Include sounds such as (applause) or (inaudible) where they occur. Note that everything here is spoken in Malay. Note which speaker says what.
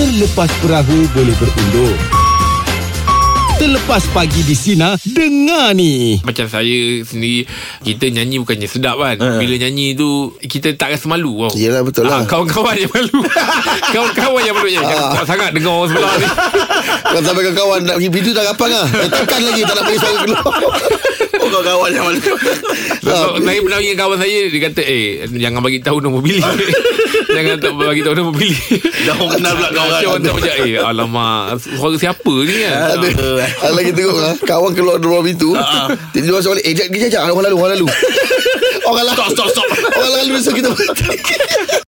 Speaker 1: Selepas perahu boleh berundur. Terlepas pagi di Sina, dengar ni.
Speaker 2: Macam saya sendiri Kita nyanyi bukannya sedap kan
Speaker 3: Ha.
Speaker 2: Bila nyanyi tu Kita tak rasa malu tau
Speaker 3: Yelah, betul lah. Ah.
Speaker 2: Ah, Kawan-kawan yang
Speaker 3: (laughs)
Speaker 2: malu Kawan-kawan yang malu Eh, Jangan kuat sangat Dengar orang sebelah
Speaker 3: (laughs)
Speaker 2: ni
Speaker 3: Kau Kan sampai ke kawan Nak pergi pintu dah rapang lah eh, Tekan lagi Tak nak bagi suara keluar Oh kau kawan yang mana
Speaker 2: so, so, Saya pernah ingat kawan saya Dia kata Eh jangan bagi tahu nombor bilik (laughs) Jangan tak bagi tahu nombor bilik
Speaker 4: Dah orang kenal pula kau
Speaker 2: Macam orang tak macam Eh alamak Suara siapa ni kan
Speaker 3: ada, ada lagi teruk lah Kawan keluar dari ruang pintu
Speaker 4: Ah,
Speaker 3: Dia masuk balik Eh jap, jap, jap Orang lalu Orang lalu Orang lalu
Speaker 4: Stop, stop, stop.
Speaker 3: Orang lalu So kita